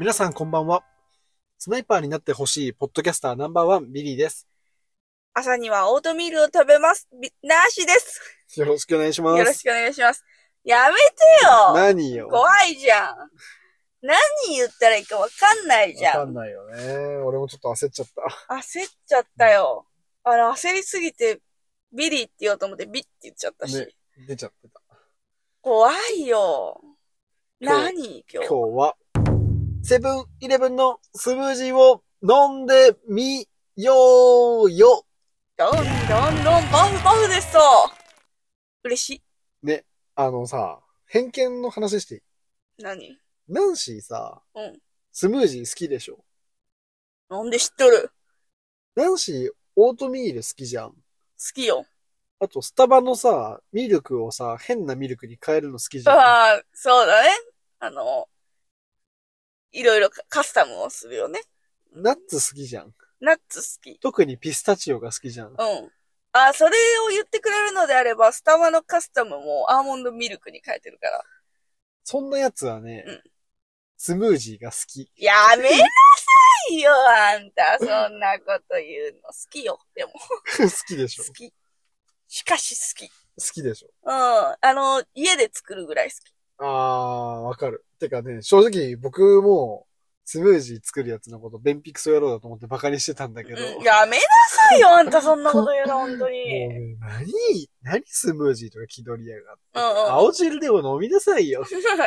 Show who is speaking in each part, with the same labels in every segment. Speaker 1: 皆さんこんばんは。スナイパーになってほしいポッドキャスターナンバーワン、ビリーです。
Speaker 2: 朝にはオートミールを食べます。びなしです。
Speaker 1: よろしくお願いします。
Speaker 2: よろしくお願いします。やめてよ
Speaker 1: 何よ。わ
Speaker 2: 怖いじゃん。何言ったらいいかわかんないじゃ
Speaker 1: か
Speaker 2: ん。
Speaker 1: んないよね。俺もちょっと焦っちゃった。
Speaker 2: 焦っちゃったよ。あれ、焦りすぎて、ビリーって言おうと思ってビって言っちゃったし。
Speaker 1: ね出ちゃってた。
Speaker 2: 怖いよ。
Speaker 1: 今日
Speaker 2: 何
Speaker 1: 今
Speaker 2: 今日
Speaker 1: 日は、セブンイレブンのスムージーを飲んでみようよ。
Speaker 2: どんどんどんバフバフですと。嬉し
Speaker 1: あのさ、偏見の話していい
Speaker 2: い。何
Speaker 1: ナンシーさ、
Speaker 2: うん
Speaker 1: スムージー好きでしょ
Speaker 2: なんで知っとる
Speaker 1: ナンシーオートミール好きじゃん。
Speaker 2: 好きよ。
Speaker 1: あと、スタバのさ、ミルクをさ、変なミルクに変えるの好きじゃん。
Speaker 2: ああ、そうだね。あの、いろいろカカスタムをするよね。
Speaker 1: ナッツ好きじゃん。
Speaker 2: ナッツ好き。
Speaker 1: 特にピスタチオが好きじゃん。
Speaker 2: うん。あ、それを言ってくれるのであれば、スタバのカスタムもアーモンドミルクに変えてるから。
Speaker 1: そんなやつはね、
Speaker 2: うん
Speaker 1: スムージーが好き。
Speaker 2: やめなさいよ、あんた。そんなこと言うの。好きよ、でも。
Speaker 1: 好きでしょ
Speaker 2: 好き。しかし好き。
Speaker 1: 好きでしょ
Speaker 2: うん。あの、家で作るぐらい好き。
Speaker 1: あー、わかる。てかね、正直僕も、スムージー作るやつのこと、便秘クソ野郎だと思ってバカにしてたんだけど、
Speaker 2: うん、
Speaker 1: もう
Speaker 2: やめなさいよ、あんた。そんなこと言うの、本当に。
Speaker 1: ね、何、何スムージーとか気取りやがって。
Speaker 2: うんうん。
Speaker 1: 青汁でも飲みなさいよって
Speaker 2: やめなさ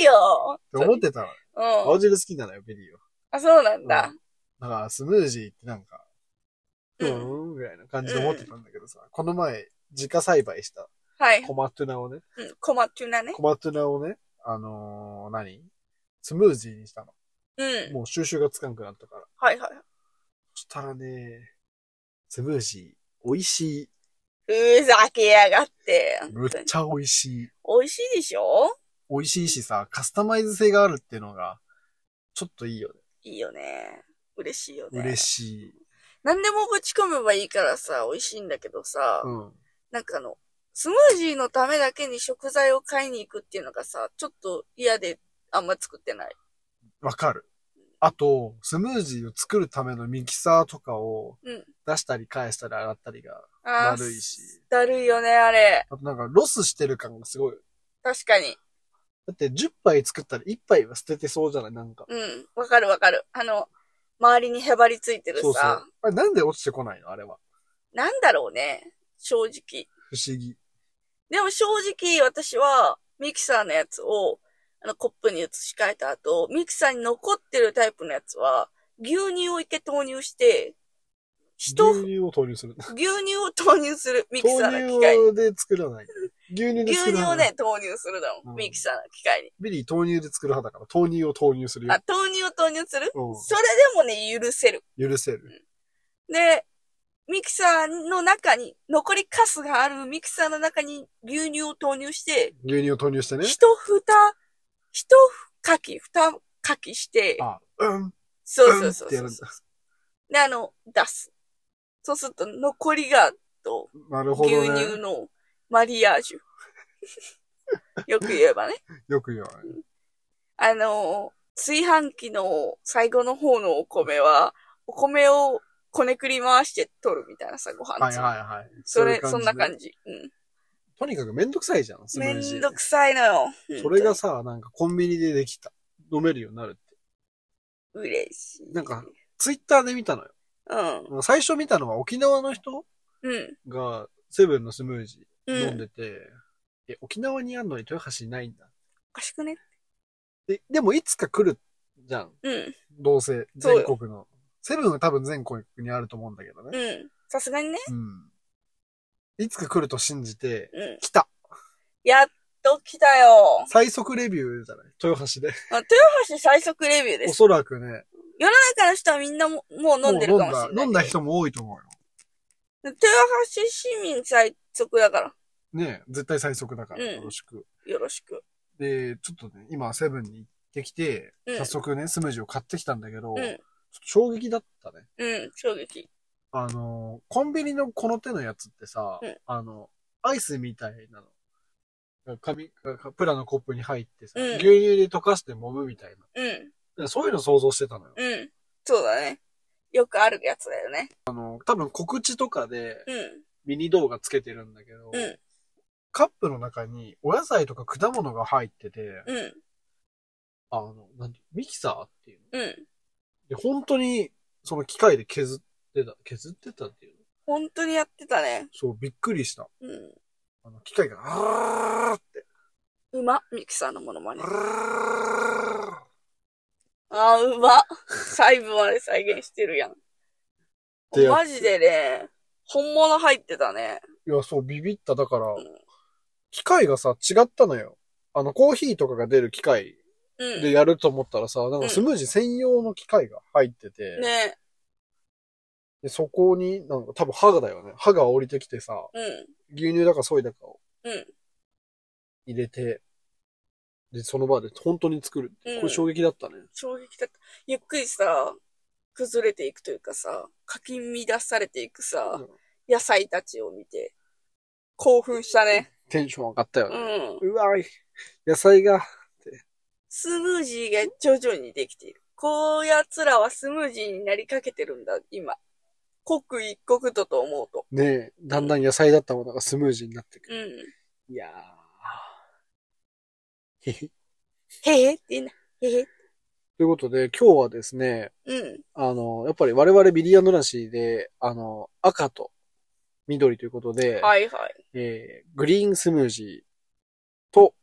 Speaker 2: いよ。
Speaker 1: 思ってたの。
Speaker 2: うん。
Speaker 1: 青汁好きなのよ、ベリーは。
Speaker 2: あ、そうなんだ。
Speaker 1: だから、スムージーってなんか、う
Speaker 2: うん
Speaker 1: ーん、ぐらいな感じで思ってたんだけどさ、この前、自家栽培した
Speaker 2: はい。
Speaker 1: コマトゥナをね、
Speaker 2: うん、コマチュナね。
Speaker 1: コマトゥナをね、あのー、何スムージーにしたの。
Speaker 2: うん。
Speaker 1: もう収集がつかんくなったから。
Speaker 2: はいはい。
Speaker 1: そしたらね、スムージー、美味しい。
Speaker 2: ふざけやがって。
Speaker 1: むっ
Speaker 2: 本当に
Speaker 1: ちゃ美味しい。
Speaker 2: 美味しいでしょ
Speaker 1: 美味しいしさ、カスタマイズ性があるっていうのが、ちょっといいよね。
Speaker 2: いいよね。嬉しいよね。
Speaker 1: 嬉
Speaker 2: しい。
Speaker 1: しい。
Speaker 2: 何でもぶち込めばいいからさ、美味しいんだけどさ、
Speaker 1: うん。
Speaker 2: なんかあの、スムージーのためだけに食材を買いに行くっていうのがさ、ちょっと嫌であんま作ってない。
Speaker 1: わかる。あと、スムージーを作るためのミキサーとかを
Speaker 2: うん
Speaker 1: 出したり返したり洗ったりが、
Speaker 2: あ
Speaker 1: だ
Speaker 2: ー
Speaker 1: るいし。
Speaker 2: だるいよね、あれ。
Speaker 1: あとなんかロスしてる感がすごい。
Speaker 2: 確かに。
Speaker 1: だって10杯作ったら1杯は捨ててそうじゃないなんか。
Speaker 2: うん。わかるわかる。あの、周りにへばりついてるさ。
Speaker 1: そうそう。あれなんで落ちてこないのあれは。
Speaker 2: なんだろうね。正直。
Speaker 1: 不思議。
Speaker 2: でも正直私はミキサーのやつをあのコップに移し替えた後、ミキサーに残ってるタイプのやつは牛乳を一回投入して、
Speaker 1: 牛
Speaker 2: 人、牛
Speaker 1: 乳を投入する。
Speaker 2: 乳を投入するミキ
Speaker 1: 豆
Speaker 2: サーの機械に。
Speaker 1: 乳で作らない。牛乳で作
Speaker 2: 牛
Speaker 1: る
Speaker 2: 乳
Speaker 1: 派
Speaker 2: をね、投入するだ
Speaker 1: う
Speaker 2: も
Speaker 1: ん
Speaker 2: ん。ミキサーの機械に。
Speaker 1: ビリー豆乳で作る派だから、豆乳を投入するよ
Speaker 2: あ、。豆乳を投入する
Speaker 1: うん
Speaker 2: それでもね、許せる。
Speaker 1: 許せる。
Speaker 2: で、ミキサーの中に、残りカスがあるミキサーの中に牛乳を投入して、
Speaker 1: 牛乳を投入してね。
Speaker 2: 一蓋、一かき、二かきして、
Speaker 1: あ、うん、
Speaker 2: そう
Speaker 1: う
Speaker 2: そ
Speaker 1: んっ
Speaker 2: うそう
Speaker 1: てや
Speaker 2: そ
Speaker 1: る
Speaker 2: うん
Speaker 1: だ。
Speaker 2: で、あの、出す。そうすると、残りが、と、
Speaker 1: なるほ
Speaker 2: 牛
Speaker 1: ど
Speaker 2: 乳
Speaker 1: ね。
Speaker 2: のマリアージュ。 よく言えばね。
Speaker 1: よく言わない。
Speaker 2: あの、炊飯器の最後の方のお米は、お米をこねくり回して取るみたいなさ、ご飯
Speaker 1: はい
Speaker 2: つ。
Speaker 1: はいはい。
Speaker 2: それ、
Speaker 1: ういう
Speaker 2: そんな
Speaker 1: じね。
Speaker 2: 感じ。うん。
Speaker 1: とにかくめんどくさいじゃん、スム
Speaker 2: め
Speaker 1: ージ
Speaker 2: ん
Speaker 1: ー
Speaker 2: ど。くさいのよ。
Speaker 1: それが
Speaker 2: 本
Speaker 1: さ、なんかコンビニでできた。飲めるようになるって。
Speaker 2: 当に嬉しい。
Speaker 1: なんか、ツイッターで見たの
Speaker 2: うん。
Speaker 1: よ。最初見たのは沖縄の人
Speaker 2: うん。
Speaker 1: がセブンのスムージ
Speaker 2: う
Speaker 1: ー飲ん
Speaker 2: ん。
Speaker 1: でて、え、沖縄にあんのに豊橋にないんだ。
Speaker 2: おかしくね。
Speaker 1: で、でもいつか来るじゃん。
Speaker 2: うん。
Speaker 1: どうせ、
Speaker 2: そう
Speaker 1: 全
Speaker 2: よ
Speaker 1: 国の。セブンは多分全国にあると思うんだけどね。
Speaker 2: うん。さすがにね。
Speaker 1: うん。いつか来ると信じて、
Speaker 2: うん。
Speaker 1: 来た
Speaker 2: やっと来たよ。
Speaker 1: 最速レビューじゃない豊橋で。
Speaker 2: あ豊橋最速レビューで
Speaker 1: お
Speaker 2: す。
Speaker 1: そらくね。
Speaker 2: 世の中の人はみんなももう飲んでるか
Speaker 1: も
Speaker 2: もしれないけ
Speaker 1: う
Speaker 2: ど。
Speaker 1: 飲んだ、飲んだ人も多いと思うよ。
Speaker 2: 豊橋市民最速だから。
Speaker 1: ねえ絶対最速だから、
Speaker 2: うん
Speaker 1: よろしく。
Speaker 2: よろしく。
Speaker 1: で、ちょっとね、今、セブンに行ってきて、
Speaker 2: うん
Speaker 1: 早速ね、スムージーを買ってきたんだけど、
Speaker 2: う
Speaker 1: ちょっ
Speaker 2: ん
Speaker 1: と。衝撃だったね。
Speaker 2: うん。衝撃。
Speaker 1: あの、コンビニのこの手のやつってさ、
Speaker 2: うん
Speaker 1: あの、アイスみたいなの紙、プラのコップに入ってさ、
Speaker 2: うん
Speaker 1: 牛乳で溶かして揉むみたいな。だか
Speaker 2: うん。
Speaker 1: らそういうの想像してたのよ。
Speaker 2: うん。そうだね。よくあるやつだよね。
Speaker 1: あの、多分告知とかで
Speaker 2: うん。
Speaker 1: ミニ動画つけてるんだけど、
Speaker 2: うん。
Speaker 1: カップの中にお野菜とか果物が入ってて、
Speaker 2: うん。
Speaker 1: あの、なんてミキサーっていうの
Speaker 2: うん。
Speaker 1: で、本当にその機械で削ってた、削ってたっていうの
Speaker 2: 本当にやってたね。
Speaker 1: そう、びっくりした。
Speaker 2: うん。
Speaker 1: あの、機械が、あーって、
Speaker 2: うま。ミキサーのものまね
Speaker 1: あ。ーっ
Speaker 2: ああ、うま。細部まで再現してるやん。
Speaker 1: てや
Speaker 2: マジでね、本物入ってたね。
Speaker 1: いや、そう、ビビった。だから
Speaker 2: うん、
Speaker 1: 機械がさ、違ったのよ。あの、コーヒーとかが出る機械
Speaker 2: う
Speaker 1: で
Speaker 2: ん。ね
Speaker 1: やると思ったらさ、なんかスムージー専用の機械が入ってて、でそこに、なんか多分歯がだよね。歯が降りてきてさ、
Speaker 2: うん。
Speaker 1: 牛乳だかソイだかを
Speaker 2: うん。
Speaker 1: 入れて、で、その場で本当に作る。
Speaker 2: うん
Speaker 1: これ衝撃だったね。
Speaker 2: 衝撃だった。ゆっくりさ、崩れていくというかさ、かき乱されていくさ、
Speaker 1: うん
Speaker 2: 野菜たちを見て、興奮したね。
Speaker 1: テンション上がったよ
Speaker 2: う
Speaker 1: ね。
Speaker 2: ん。
Speaker 1: うわ野菜が、
Speaker 2: スムージーが徐々にできている。こうやつらはスムージーになりかけてるんだ、今。刻一刻とと思うと。
Speaker 1: ねえ、だんだん野菜だったものがスムージーになってく
Speaker 2: う
Speaker 1: る。
Speaker 2: ん。
Speaker 1: いやー。へへ
Speaker 2: へへって言いな。へへ。
Speaker 1: ということで、今日はですね、
Speaker 2: うん。
Speaker 1: あの、やっぱり我々ビリヤンドラシーで、あの、赤と緑ということで、
Speaker 2: はいはい。
Speaker 1: えーグリーンスムージーと、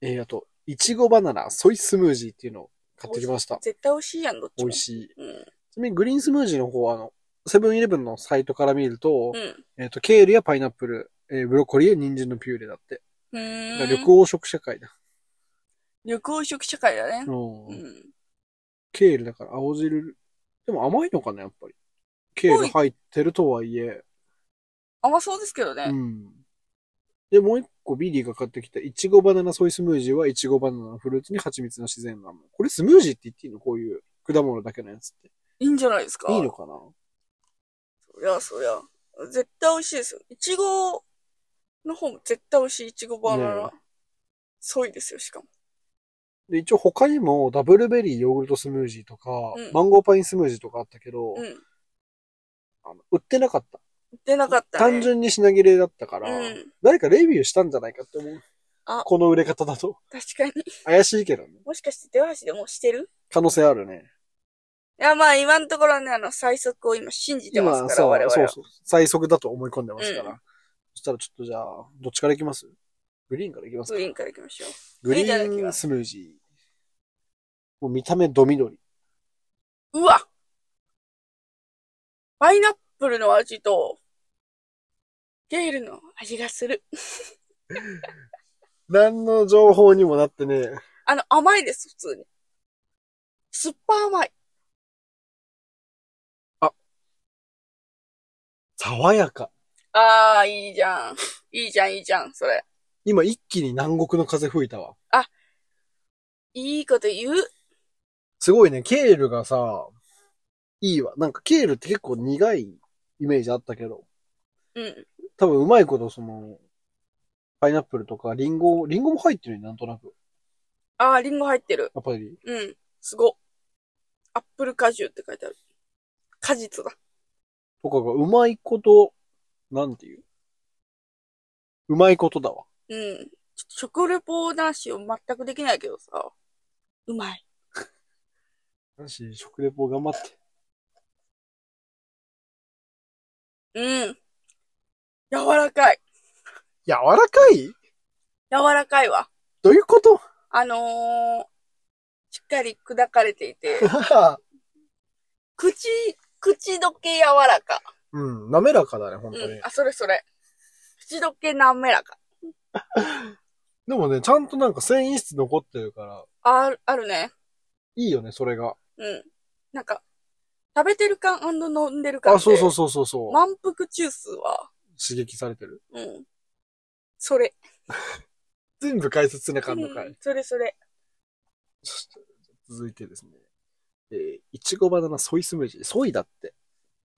Speaker 1: えーあと、いちごバナナソイスムージーっていうのを買ってきました。
Speaker 2: 絶対美味しいやん、どっち
Speaker 1: 美
Speaker 2: も。
Speaker 1: 味しい。
Speaker 2: うん。
Speaker 1: ちなみにグリーンスムージーの方は、あの、セブンイレブンのサイトから見ると、
Speaker 2: うん。
Speaker 1: えっ、と、ケールやパイナップル、えーブロッコリーや人参のピューレだって。
Speaker 2: う
Speaker 1: だか
Speaker 2: ー
Speaker 1: ら
Speaker 2: ん。
Speaker 1: 緑黄色社会だ。
Speaker 2: 緑黄色社会だね。
Speaker 1: う。
Speaker 2: うんん。
Speaker 1: ケールだから青汁。でも甘いのかな、やっぱり。ケール入ってるとはいえ。
Speaker 2: 甘そうですけどね。
Speaker 1: うん。で、もう一個ビリーが買ってきた、いちごバナナソイスムージーは、いちごバナナのフルーツに蜂蜜の自然なもの。これスムージーって言っていいのこういう果物だけのやつって。
Speaker 2: いいんじゃないですか
Speaker 1: いいのかな
Speaker 2: そりゃそりゃ。絶対美味しいですよ。いちごの方も絶対美味しい。いちごバナナ
Speaker 1: ね。
Speaker 2: ソイですよ、しかも。
Speaker 1: で、一応他にも、ダブルベリーヨーグルトスムージーとか、
Speaker 2: うん
Speaker 1: マンゴーパインスムージーとかあったけど、
Speaker 2: うん。
Speaker 1: あの売ってなかった。
Speaker 2: 出なかったね。
Speaker 1: 単純に品切れだったから、
Speaker 2: うん。
Speaker 1: 誰かレビューしたんじゃないかって思う。
Speaker 2: あ
Speaker 1: この売れ方だと。
Speaker 2: 確かに。
Speaker 1: 怪しいけどね。
Speaker 2: もしかして、出橋でもうしてる
Speaker 1: 可能性あるね。
Speaker 2: いや、まあ、今のところはね、あの、最速を今信じてますから、
Speaker 1: そう
Speaker 2: 我々は。
Speaker 1: そうそう。最速だと思い込んでますから。
Speaker 2: う
Speaker 1: そしたらちょっとじゃあ、どっちから行きますグリーンから行きます
Speaker 2: グ
Speaker 1: か
Speaker 2: リーンから行きましょう。
Speaker 1: グリ
Speaker 2: いただき
Speaker 1: ー
Speaker 2: ま
Speaker 1: ン
Speaker 2: す
Speaker 1: スムージー。もう見た目ド緑。
Speaker 2: うわパイナップルの味と、ゲールの味がする。
Speaker 1: 何の情報にもなってね。
Speaker 2: あの、甘いです、普通に。酸っぱ甘い。
Speaker 1: 爽やか。
Speaker 2: ああ、いいじゃん。いいじゃん、いいじゃん、それ。
Speaker 1: 今一気に南国の風吹いたわ。
Speaker 2: いいこと言う。
Speaker 1: すごいね、ケールがさ、いいわ。なんかケールって結構苦いイメージあったけど、
Speaker 2: うん。
Speaker 1: 多分うまいことその、パイナップルとかリンゴ、リンゴも入ってるよね、なんとなく。
Speaker 2: ああ、リンゴ入ってる。
Speaker 1: やっぱり。
Speaker 2: うん。すご。アップル果汁って書いてある。果実だ。
Speaker 1: とかがうまいこと、なんていう。うまいことだわ。
Speaker 2: うん。ちょっと食レポ男子を全くできないけどさ。うまい。
Speaker 1: よし、食レポ頑張って。
Speaker 2: うん。柔らかい。
Speaker 1: 柔らかい
Speaker 2: 柔らかいわ。
Speaker 1: どういうこと
Speaker 2: あのー、しっかり砕かれてい て、口、口どけ柔らか。
Speaker 1: うん、滑らかだね、本当に。
Speaker 2: うん。あ、それそれ。口どけ滑らか。
Speaker 1: でもね、ちゃんとなんか繊維質残ってるから、
Speaker 2: ある、あるね。
Speaker 1: いいよね、それが。
Speaker 2: うん。なんか、食べてる感飲んでる感
Speaker 1: あ、
Speaker 2: で。
Speaker 1: そうそうそうそうそう、
Speaker 2: 満腹中枢は、
Speaker 1: 刺激されてる。
Speaker 2: うん。それ。
Speaker 1: 全部解説せなあかんのか
Speaker 2: う
Speaker 1: い
Speaker 2: ん。それそれ。
Speaker 1: そして続いてですね。えー、いちごバナナソイスムージー。ソイだって。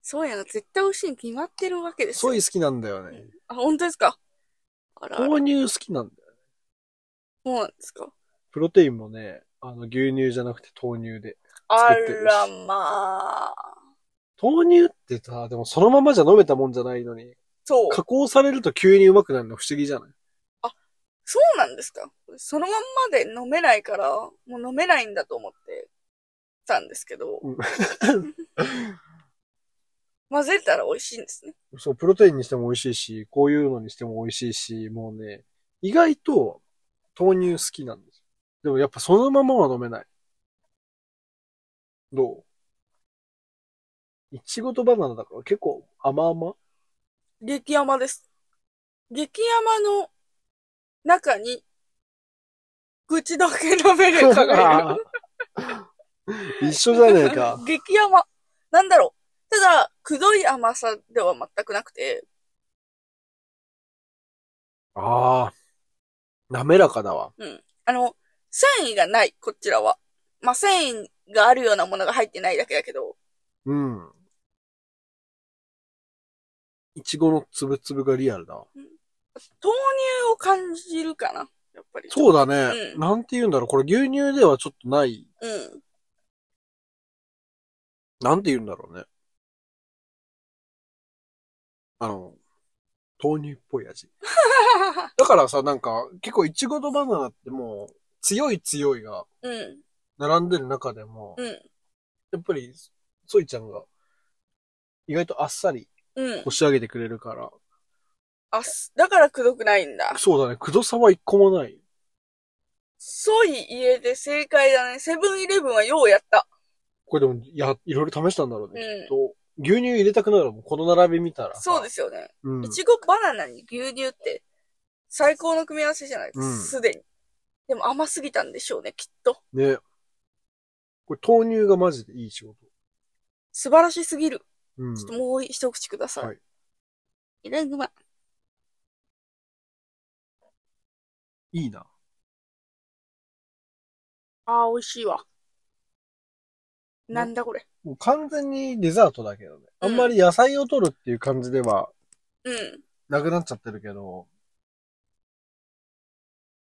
Speaker 2: そうやな、絶対美味しいに決まってるわけですよ。
Speaker 1: ソイ好きなんだよね。
Speaker 2: あ、本当ですかあらあら
Speaker 1: 豆乳好きなんだよ。
Speaker 2: そうなんですか
Speaker 1: プロテインもね、あの、牛乳じゃなくて豆乳で。
Speaker 2: あ
Speaker 1: 作ってるし
Speaker 2: らまあ。
Speaker 1: 豆乳ってさ、でもそのままじゃ飲めたもんじゃないのに、
Speaker 2: そう。
Speaker 1: 加工されると急にうまくなるの不思議じゃない
Speaker 2: そうなんですかそのまんまで飲めないから、もう飲めないんだと思ってたんですけど
Speaker 1: うん
Speaker 2: 混ぜたら美味しいんですね。
Speaker 1: そう、プロテインにしても美味しいし、こういうのにしても美味しいし、もうね、意外と豆乳好きなんですよ。でもやっぱそのままは飲めない。どういちごとバナナだから結構甘々
Speaker 2: 激甘です。激甘の中に、口どけのベレ カがいる。
Speaker 1: 一緒じゃねえか。
Speaker 2: 激甘。なんだろう。ただ、くどい甘さでは全くなくて、
Speaker 1: ああ。滑らかだわ。
Speaker 2: あの、繊維がない、こちらは。まあ、繊維があるようなものが入ってないだけだけど、
Speaker 1: うん。いちごのつぶつぶがリアルだわ。
Speaker 2: 豆乳を感じるかなやっぱり。
Speaker 1: そうだね。
Speaker 2: うん
Speaker 1: なんて言うんだろう。これ牛乳ではちょっとない。
Speaker 2: うん。
Speaker 1: なんて言うんだろうね。あの、豆乳っぽい味。だからさ、なんか、結構いちごとバナナってもう、強い強いが
Speaker 2: うん。
Speaker 1: 並んでる中でも、
Speaker 2: うん。
Speaker 1: やっぱり、ソイちゃんが、意外とあっさり
Speaker 2: うん。
Speaker 1: 押し上げてくれるから、
Speaker 2: あ、すだからくどくないんだ。
Speaker 1: そうだね、くどさは一個もない。
Speaker 2: ソイ入れて正解だね。セブンイレブンはようやった。
Speaker 1: これでも、や、いろいろ試したんだろうね、
Speaker 2: うん
Speaker 1: きっと。牛乳入れたくなるもん、この並び見たら。。
Speaker 2: そうですすよね。
Speaker 1: うん
Speaker 2: い。ちごバナナに牛乳って最高の組み合わせじゃないです
Speaker 1: うん
Speaker 2: か。すでに。でも甘すぎたんでしょうね、きっと。
Speaker 1: ね。これ豆乳がマジでいい仕事。
Speaker 2: 素晴らしすぎる。
Speaker 1: うん
Speaker 2: ちょっともう一口ください。
Speaker 1: はい
Speaker 2: いただきます。
Speaker 1: いいな。
Speaker 2: あー、美味しいわ。なんだこれ。
Speaker 1: もう完全にデザートだけどね。
Speaker 2: う
Speaker 1: あ
Speaker 2: ん
Speaker 1: んまり野菜を取るっていう感じでは
Speaker 2: うん。
Speaker 1: なくなっちゃってるけど、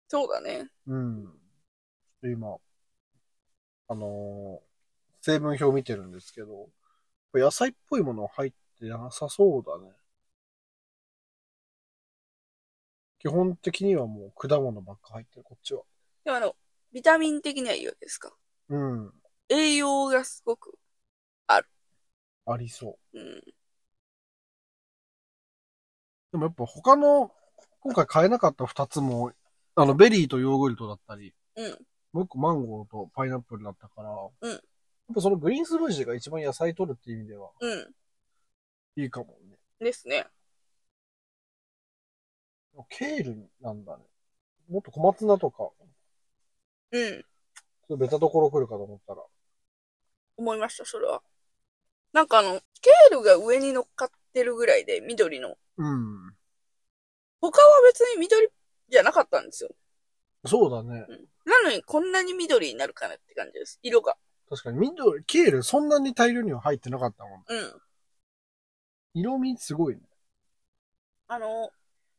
Speaker 2: そうだね。
Speaker 1: うん。今、あのー成分表見てるんですけど、これ野菜っぽいもの入ってなさそうだね。基本的にはもう果物ばっか入ってる、こっちは。
Speaker 2: でもあの、ビタミン的にはいいわけですか
Speaker 1: うん。
Speaker 2: 栄養がすごく、
Speaker 1: ありそう。
Speaker 2: うん。
Speaker 1: でもやっぱ他の、今回買えなかった二つも、あの、ベリーとヨーグルトだったり、
Speaker 2: うん
Speaker 1: もう一個マンゴーとパイナップルだったから、
Speaker 2: うん
Speaker 1: やっぱそのグリーンスムージーが一番野菜取るっていう意味では、
Speaker 2: うん。
Speaker 1: いいかもね。
Speaker 2: ですね。
Speaker 1: ケールなんだね。もっと小松菜とか、ちょ
Speaker 2: うん。
Speaker 1: っとベタところ来るかと思ったら、
Speaker 2: 思いました、それは。なんかあの、ケールが上に乗っかってるぐらいで、緑の。
Speaker 1: うん。
Speaker 2: 他は別に緑じゃなかったんですよ。
Speaker 1: そうだね。
Speaker 2: なのに、こんなに緑になるかなって感じです。色が。
Speaker 1: 確かに緑、ケールそんなに大量には入ってなかったもん。
Speaker 2: うん。
Speaker 1: 色味すごいね。
Speaker 2: あの、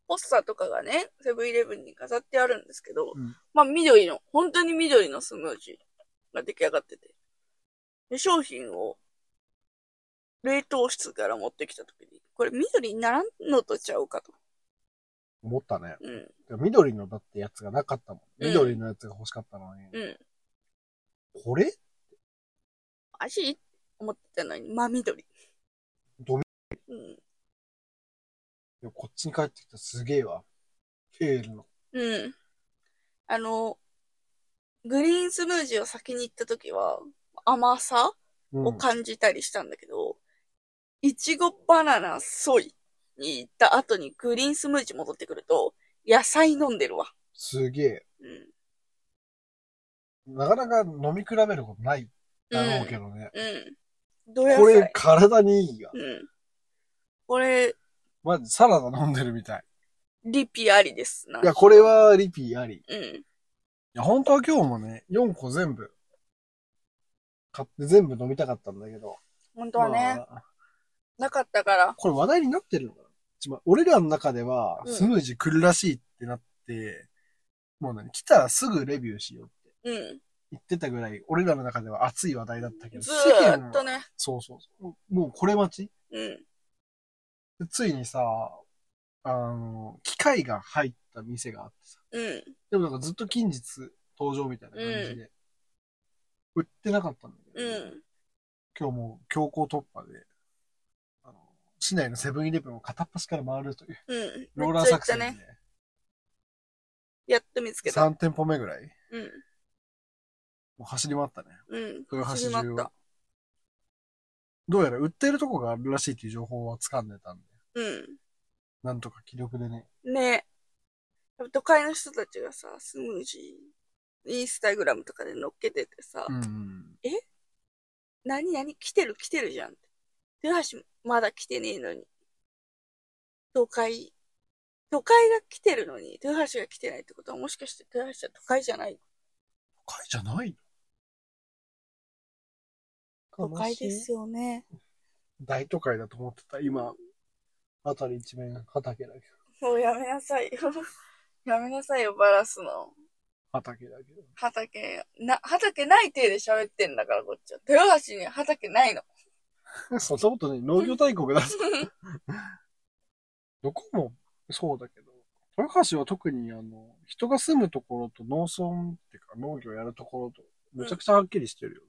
Speaker 2: ポスターとかがね、セブンイレブンに飾ってあるんですけど、
Speaker 1: うん
Speaker 2: まあ緑の、本当に緑のスムージーが出来上がってて。で、商品を、冷凍室から持ってきたときに、これ緑にならんのとちゃうかと。
Speaker 1: 思ったね。
Speaker 2: うん。
Speaker 1: 緑のだってやつがなかったもん。
Speaker 2: うん
Speaker 1: 緑のやつが欲しかったのに。
Speaker 2: うん。
Speaker 1: これ
Speaker 2: 足思ってたのに、真緑。
Speaker 1: どみ
Speaker 2: うん。
Speaker 1: いやこっちに帰ってきたらすげえわ。ケールの。
Speaker 2: うん。あの、グリーンスムージーを先に行ったときは、甘さ
Speaker 1: う
Speaker 2: を感じたりしたんだけど、いちごバナナソイに行った後にグリーンスムージー戻ってくると、野菜飲んでるわ。
Speaker 1: すげえ。
Speaker 2: うん。
Speaker 1: なかなか飲み比べることないだろうけどね。
Speaker 2: うん。どや
Speaker 1: これ体にいいわ。
Speaker 2: うん。これ、
Speaker 1: まずサラダ飲んでるみたい。
Speaker 2: リピありですな。
Speaker 1: いや、これはリピあり。い
Speaker 2: うん。
Speaker 1: や、本当は今日もね、4個全部、買って全部飲みたかったんだけど。
Speaker 2: 本当はね、
Speaker 1: まあ
Speaker 2: なかったから。
Speaker 1: これ話題になってるのかな一番俺らの中では、
Speaker 2: うん
Speaker 1: スムージー来るらしいってなって、もう何来たらすぐレビューしようって
Speaker 2: うん。
Speaker 1: 言ってたぐらい、俺らの中では熱い話題だったけど、
Speaker 2: ずーっ
Speaker 1: は
Speaker 2: とね。
Speaker 1: そうそうそう。もうこれ待ち
Speaker 2: うん。
Speaker 1: でついにさ、あの、機械が入った店があってさ、
Speaker 2: うん。
Speaker 1: でもなんかずっと近日登場みたいな感じで、売ってなかったんだけ
Speaker 2: う
Speaker 1: ど、
Speaker 2: ん。
Speaker 1: 今日もう強行突破で、あの、市内のセブンイレブンを片っ端から回るという、
Speaker 2: うん。
Speaker 1: ローラー作戦
Speaker 2: めっちゃ
Speaker 1: で
Speaker 2: 行ったね。、やっと見つけた。
Speaker 1: 3店舗目ぐらい、
Speaker 2: うん。
Speaker 1: もう走り回ったね。
Speaker 2: うん。
Speaker 1: 豊橋
Speaker 2: 始
Speaker 1: 中
Speaker 2: ま
Speaker 1: は
Speaker 2: った。
Speaker 1: どうやら売ってるとこがあるらしいっていう情報は掴んでたんで、
Speaker 2: う
Speaker 1: なんとか気力でね、
Speaker 2: ん。ねえ。都会の人たちがさ、スムージー、インスタグラムとかで乗っけててさ、
Speaker 1: うんうん、
Speaker 2: 何何来てる来てるじゃんって。豊橋まだ来てねえのに。都会。都会が来てるのに、豊橋が来てないってことはもしかして豊橋は都会じゃない
Speaker 1: 都会じゃない
Speaker 2: 都会です
Speaker 1: よ。
Speaker 2: よね。
Speaker 1: 大都会だと思ってた、今、あたり一面畑だけど。
Speaker 2: もうやめなさいよ。 やめなさいよ、バラすの。
Speaker 1: 畑だけど。
Speaker 2: 畑、な、畑ない体で喋ってんだから、こっちは。豊橋に畑ないの。
Speaker 1: そんなことない。農業大国だぞ。どこもそうだけど、豊橋は特にあの、人が住むところと農村っていうか農業やるところと、めちゃくちゃはっきりしてるよ。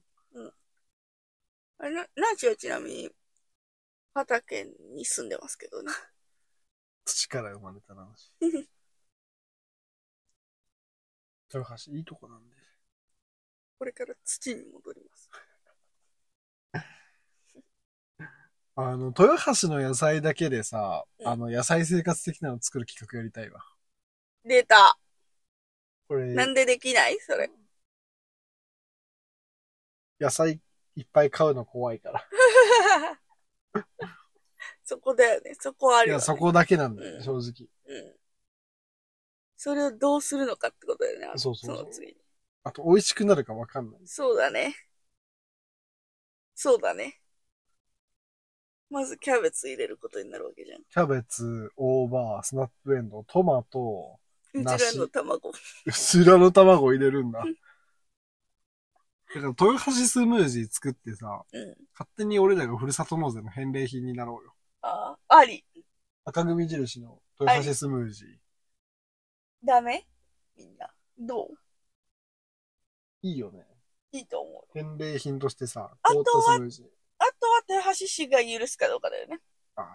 Speaker 2: あれ、な、なちはちなみに、畑に住んでますけどな。
Speaker 1: 土から生まれた話。豊橋いいとこなんで。
Speaker 2: これから土に戻ります。
Speaker 1: あの、豊橋の野菜だけでさ、
Speaker 2: うん
Speaker 1: あの、野菜生活的なの作る企画やりたいわ。
Speaker 2: 出た。
Speaker 1: これ、
Speaker 2: なんでできないそ れ。
Speaker 1: 野菜いっぱい買うの怖いから。
Speaker 2: そこだよね。そこあ
Speaker 1: い
Speaker 2: るよ、
Speaker 1: や、
Speaker 2: ね。
Speaker 1: そこだけなんだよ
Speaker 2: う
Speaker 1: ね、
Speaker 2: ん
Speaker 1: 正直。
Speaker 2: うん。それをどうするのかってことだよね。あと
Speaker 1: そうそうそう
Speaker 2: その次に。
Speaker 1: あと、美味しくなるかわかんない。
Speaker 2: そうだね。そうだね。まずキャベツ入れることになるわけじゃん。
Speaker 1: キャベツ、大葉、スナップエンドウ、トマト、
Speaker 2: うちらの卵。
Speaker 1: うすらの卵を入れるんだ。だから、豊橋スムージー作ってさ、
Speaker 2: うん。
Speaker 1: 勝手に俺らがふるさと納税の返礼品になろうよ。
Speaker 2: ああ、あり。
Speaker 1: 赤組印の豊橋スムージー。
Speaker 2: ダメみんな。どう
Speaker 1: いいよね。
Speaker 2: いいと思う。
Speaker 1: 返礼品としてさ、
Speaker 2: あ
Speaker 1: 凍
Speaker 2: と
Speaker 1: った
Speaker 2: は
Speaker 1: スムージー。
Speaker 2: あとは豊橋市が許すかどうかだよね。
Speaker 1: ああ、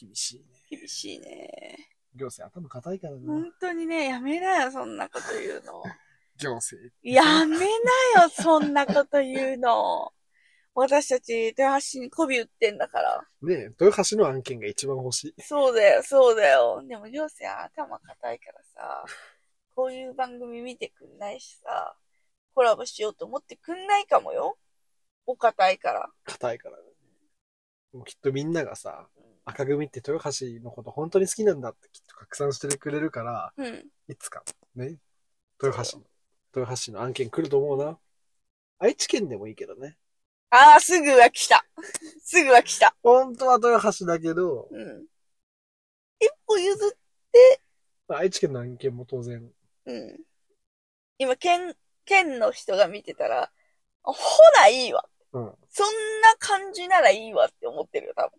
Speaker 1: 厳しいね。
Speaker 2: 厳しいね。
Speaker 1: 行政頭固いからな。
Speaker 2: 本当にね、やめなよ、そんなこと言うの。
Speaker 1: 行政。
Speaker 2: やめなよ、そんなこと言うの。私たち、豊橋市に媚び売ってんだから。
Speaker 1: ねえ、豊橋の案件が一番欲しい。
Speaker 2: そうだよ、そうだよ。でも、行政は頭固いからさ、こういう番組見てくんないしさ、コラボしようと思ってくんないかもよ。お固いから。
Speaker 1: 硬いからね。もうきっとみんながさ、
Speaker 2: うん
Speaker 1: 赤組って豊橋のこと本当に好きなんだってきっと拡散してくれるから、
Speaker 2: うん。
Speaker 1: いつか、ね。豊橋の、豊橋市の案件来ると思うな。愛知県でもいいけどね。
Speaker 2: ああ、すぐは来た。すぐは来た。
Speaker 1: 本当は豊橋だけど、
Speaker 2: うん。一歩譲っ
Speaker 1: まあ愛知県の案件も当然、
Speaker 2: うん。今、県、県の人が見てたら、あほないいわ。
Speaker 1: うん。
Speaker 2: そんな感じならいいわって思ってるよ、多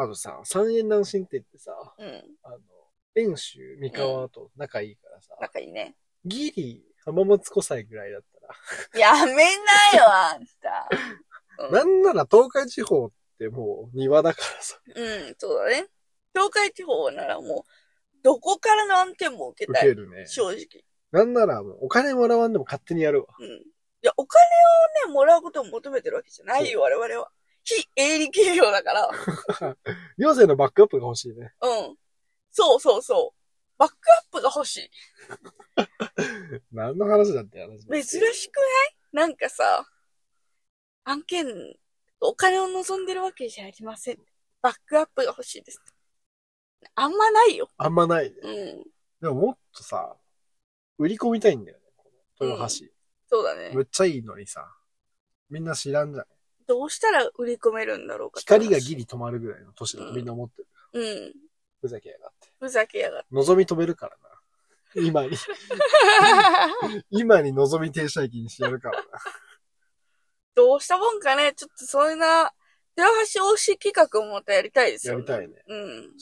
Speaker 1: あとさ、三円南進って言ってさ、
Speaker 2: 分。うん。
Speaker 1: あの、遠州、三河と仲いいからさ、
Speaker 2: 仲いいね。
Speaker 1: ギリ、浜松湖西ぐらいだったら、
Speaker 2: やめ なよ、あんた。うん
Speaker 1: なんなら東海地方ってもう庭だからさ、
Speaker 2: うん、そうだね。東海地方ならもう、どこからの案件も受け
Speaker 1: 受
Speaker 2: た
Speaker 1: け
Speaker 2: い。
Speaker 1: るね。
Speaker 2: 正直。
Speaker 1: なんならもうお金もらわんでも勝手にやるわ。
Speaker 2: うん。いや、お金をね、もらうことを求めてるわけじゃないよ、我々は。非営利企業だから。
Speaker 1: 行政のバックアップが欲しいね。
Speaker 2: うん。そうそうそう。バックアップが欲しい。
Speaker 1: 何の話だって話
Speaker 2: 珍しくないなんかさ、案件、お金を望んでるわけじゃありません。バックアップが欲しいです。あんまないよ。
Speaker 1: あんまないね。
Speaker 2: うん。
Speaker 1: でももっとさ、売り込みたいんだよね。この豊橋、
Speaker 2: そうだね
Speaker 1: む。っちゃいいのにさ、みんな知らんじゃん。
Speaker 2: どうしたら売り込めるんだろうか。
Speaker 1: 光がギ。リ止まるぐらいの年だと
Speaker 2: うん
Speaker 1: みんな思ってる。
Speaker 2: うん。
Speaker 1: ふざけやがって。
Speaker 2: ふざけやがって。
Speaker 1: 望み止めるからな。今に、今に望み停車駅にしてやるからな。
Speaker 2: どうしたもんかね、ちょっとそんな、寺橋推し企画をまたやりたいです
Speaker 1: や
Speaker 2: よ、ね。
Speaker 1: りたいね。
Speaker 2: うん。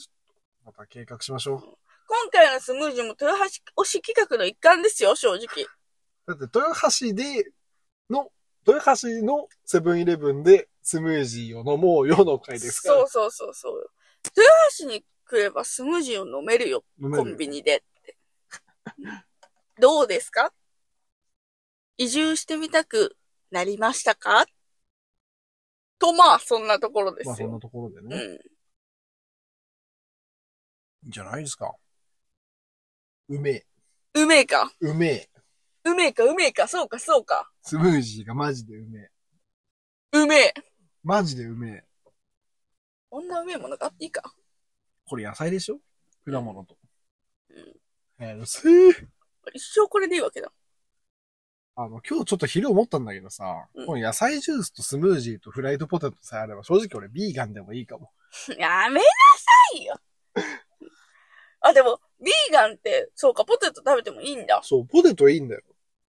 Speaker 1: また計画しましょ
Speaker 2: 今回のスムージーも豊橋推し企画の一環ですよ、正直。
Speaker 1: う。だって、豊橋で、の、豊橋のセブンイレブンでスムージーを飲もうよの会ですから。
Speaker 2: そうそうそうそう。豊橋に来ればスムージーを飲めるよ、
Speaker 1: 飲め
Speaker 2: コ
Speaker 1: る
Speaker 2: ンビニで って。どうですか移住してみたくなりましたかと、まあ、そんなところで
Speaker 1: まあ、
Speaker 2: す
Speaker 1: そんな
Speaker 2: よ。
Speaker 1: ところで
Speaker 2: う
Speaker 1: ね。
Speaker 2: ん。
Speaker 1: いいんじゃないですか。うめえ。
Speaker 2: うめえか。
Speaker 1: うめえ。
Speaker 2: うめえか、うめえか、そうか、そうか。
Speaker 1: スムージーがマジでうめえ。
Speaker 2: うめえ。
Speaker 1: マジでうめえ。
Speaker 2: こんなうめえものがあっていいか。
Speaker 1: これ野菜でしょ果物と。
Speaker 2: うん
Speaker 1: えー、せー
Speaker 2: 一生これでいいわけだ。
Speaker 1: あの、今日ちょっと昼思ったんだけどさ、
Speaker 2: うん
Speaker 1: この野菜ジュースとスムージーとフライドポテトさえあれば、正直俺ビーガンでもいいかも。
Speaker 2: やめなさ いよ。あ、でも、ビーガンって、そうか、ポテト食べてもいいんだ。
Speaker 1: そう、ポテトいいんだよ。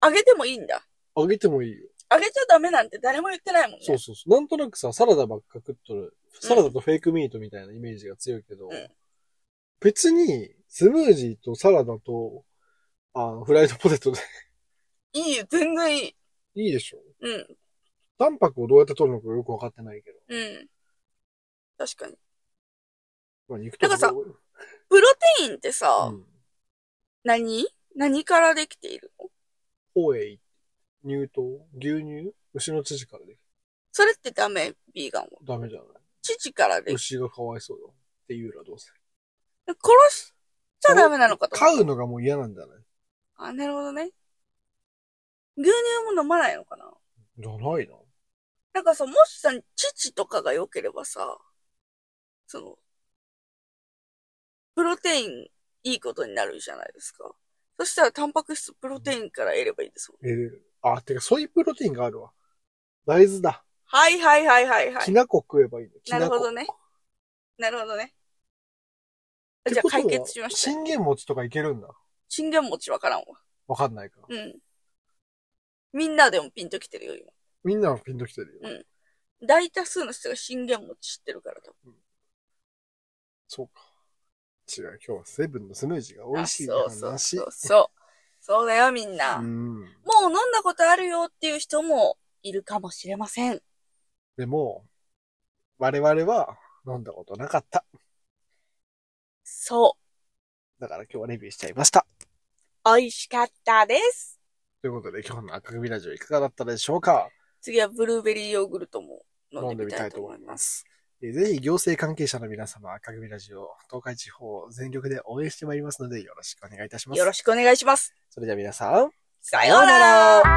Speaker 2: 揚げてもいいんだ。
Speaker 1: あげてもいいよ。
Speaker 2: 揚げちゃダメなんて誰も言ってないもんね。
Speaker 1: そうそうそう。なんとなくさ、サラダばっか食っとる。サラダとフェイクミートみたいなイメージが強いけど、
Speaker 2: うん
Speaker 1: 別に、スムージーとサラダと、あの、フライドポテトで
Speaker 2: いいよ、全然いい。
Speaker 1: いいでしょ。
Speaker 2: うん、
Speaker 1: タンパクをどうやって取るのかよくわかってないけど。
Speaker 2: うん。確かに。
Speaker 1: まあ、肉と
Speaker 2: なんかさ
Speaker 1: 多い
Speaker 2: プロテインってさ、
Speaker 1: うん。
Speaker 2: 何何からできているの
Speaker 1: ホエイ、乳糖、牛乳、牛の乳からできる。
Speaker 2: それってダメ、ビーガンは。
Speaker 1: ダメじゃない
Speaker 2: 父からでき
Speaker 1: 牛がかわいそうよっていうらどうせ。
Speaker 2: 殺しちゃダメなのかと思った
Speaker 1: 飼うのがもう嫌なんじゃない
Speaker 2: あ、なるほどね。牛乳も飲まないのかな
Speaker 1: じゃないの
Speaker 2: なんかさ、もしさ、父とかが良ければさ、その、プロテインいいことになるじゃないですか。そしたらタンパク質プロテインから得ればいいですもん。
Speaker 1: えーあ、てか、ソイプロテインがあるわ。大豆だ。
Speaker 2: はいはいはいはいは
Speaker 1: き
Speaker 2: い。
Speaker 1: な粉食えばいいの。き
Speaker 2: なる
Speaker 1: な
Speaker 2: ほ
Speaker 1: 粉
Speaker 2: どね。なるほどね。
Speaker 1: っ
Speaker 2: じ
Speaker 1: て
Speaker 2: ゃあ
Speaker 1: ことは
Speaker 2: 解決しましたね。
Speaker 1: 信玄餅とかいけるんだ。
Speaker 2: 信玄餅わからんわ。
Speaker 1: わかんないから。
Speaker 2: うん。みんなでもピンときてるよ、今。
Speaker 1: みんなはピンときてるよ。
Speaker 2: うん大多数の人が信玄餅知ってるから多分
Speaker 1: そうか。違う、今日はセブンのスムージーが美味しい
Speaker 2: あそう
Speaker 1: 話。
Speaker 2: そうそうそう。そうだよ、みんな。
Speaker 1: うん。
Speaker 2: もう飲んだことあるよっていう人もいるかもしれません。
Speaker 1: でも、我々は飲んだことなかった。
Speaker 2: そう。
Speaker 1: だから今日はレビューしちゃいました。
Speaker 2: 美味しかったです。
Speaker 1: ということで、今日の赤組ラジオいかがだったでしょうか
Speaker 2: 次はブルーベリーヨーグルトも飲
Speaker 1: 飲
Speaker 2: ん
Speaker 1: んで
Speaker 2: でみ
Speaker 1: み
Speaker 2: た
Speaker 1: た
Speaker 2: い
Speaker 1: い
Speaker 2: と
Speaker 1: と
Speaker 2: 思
Speaker 1: 思
Speaker 2: い
Speaker 1: い
Speaker 2: ま
Speaker 1: ますす。えーぜひ行政関係者の皆様、赤組ラジオ、東海地方を全力で応援してまいりますので、よろしくお願いいたします。
Speaker 2: よろしくお願いします。
Speaker 1: それでは皆さん、
Speaker 2: さようなら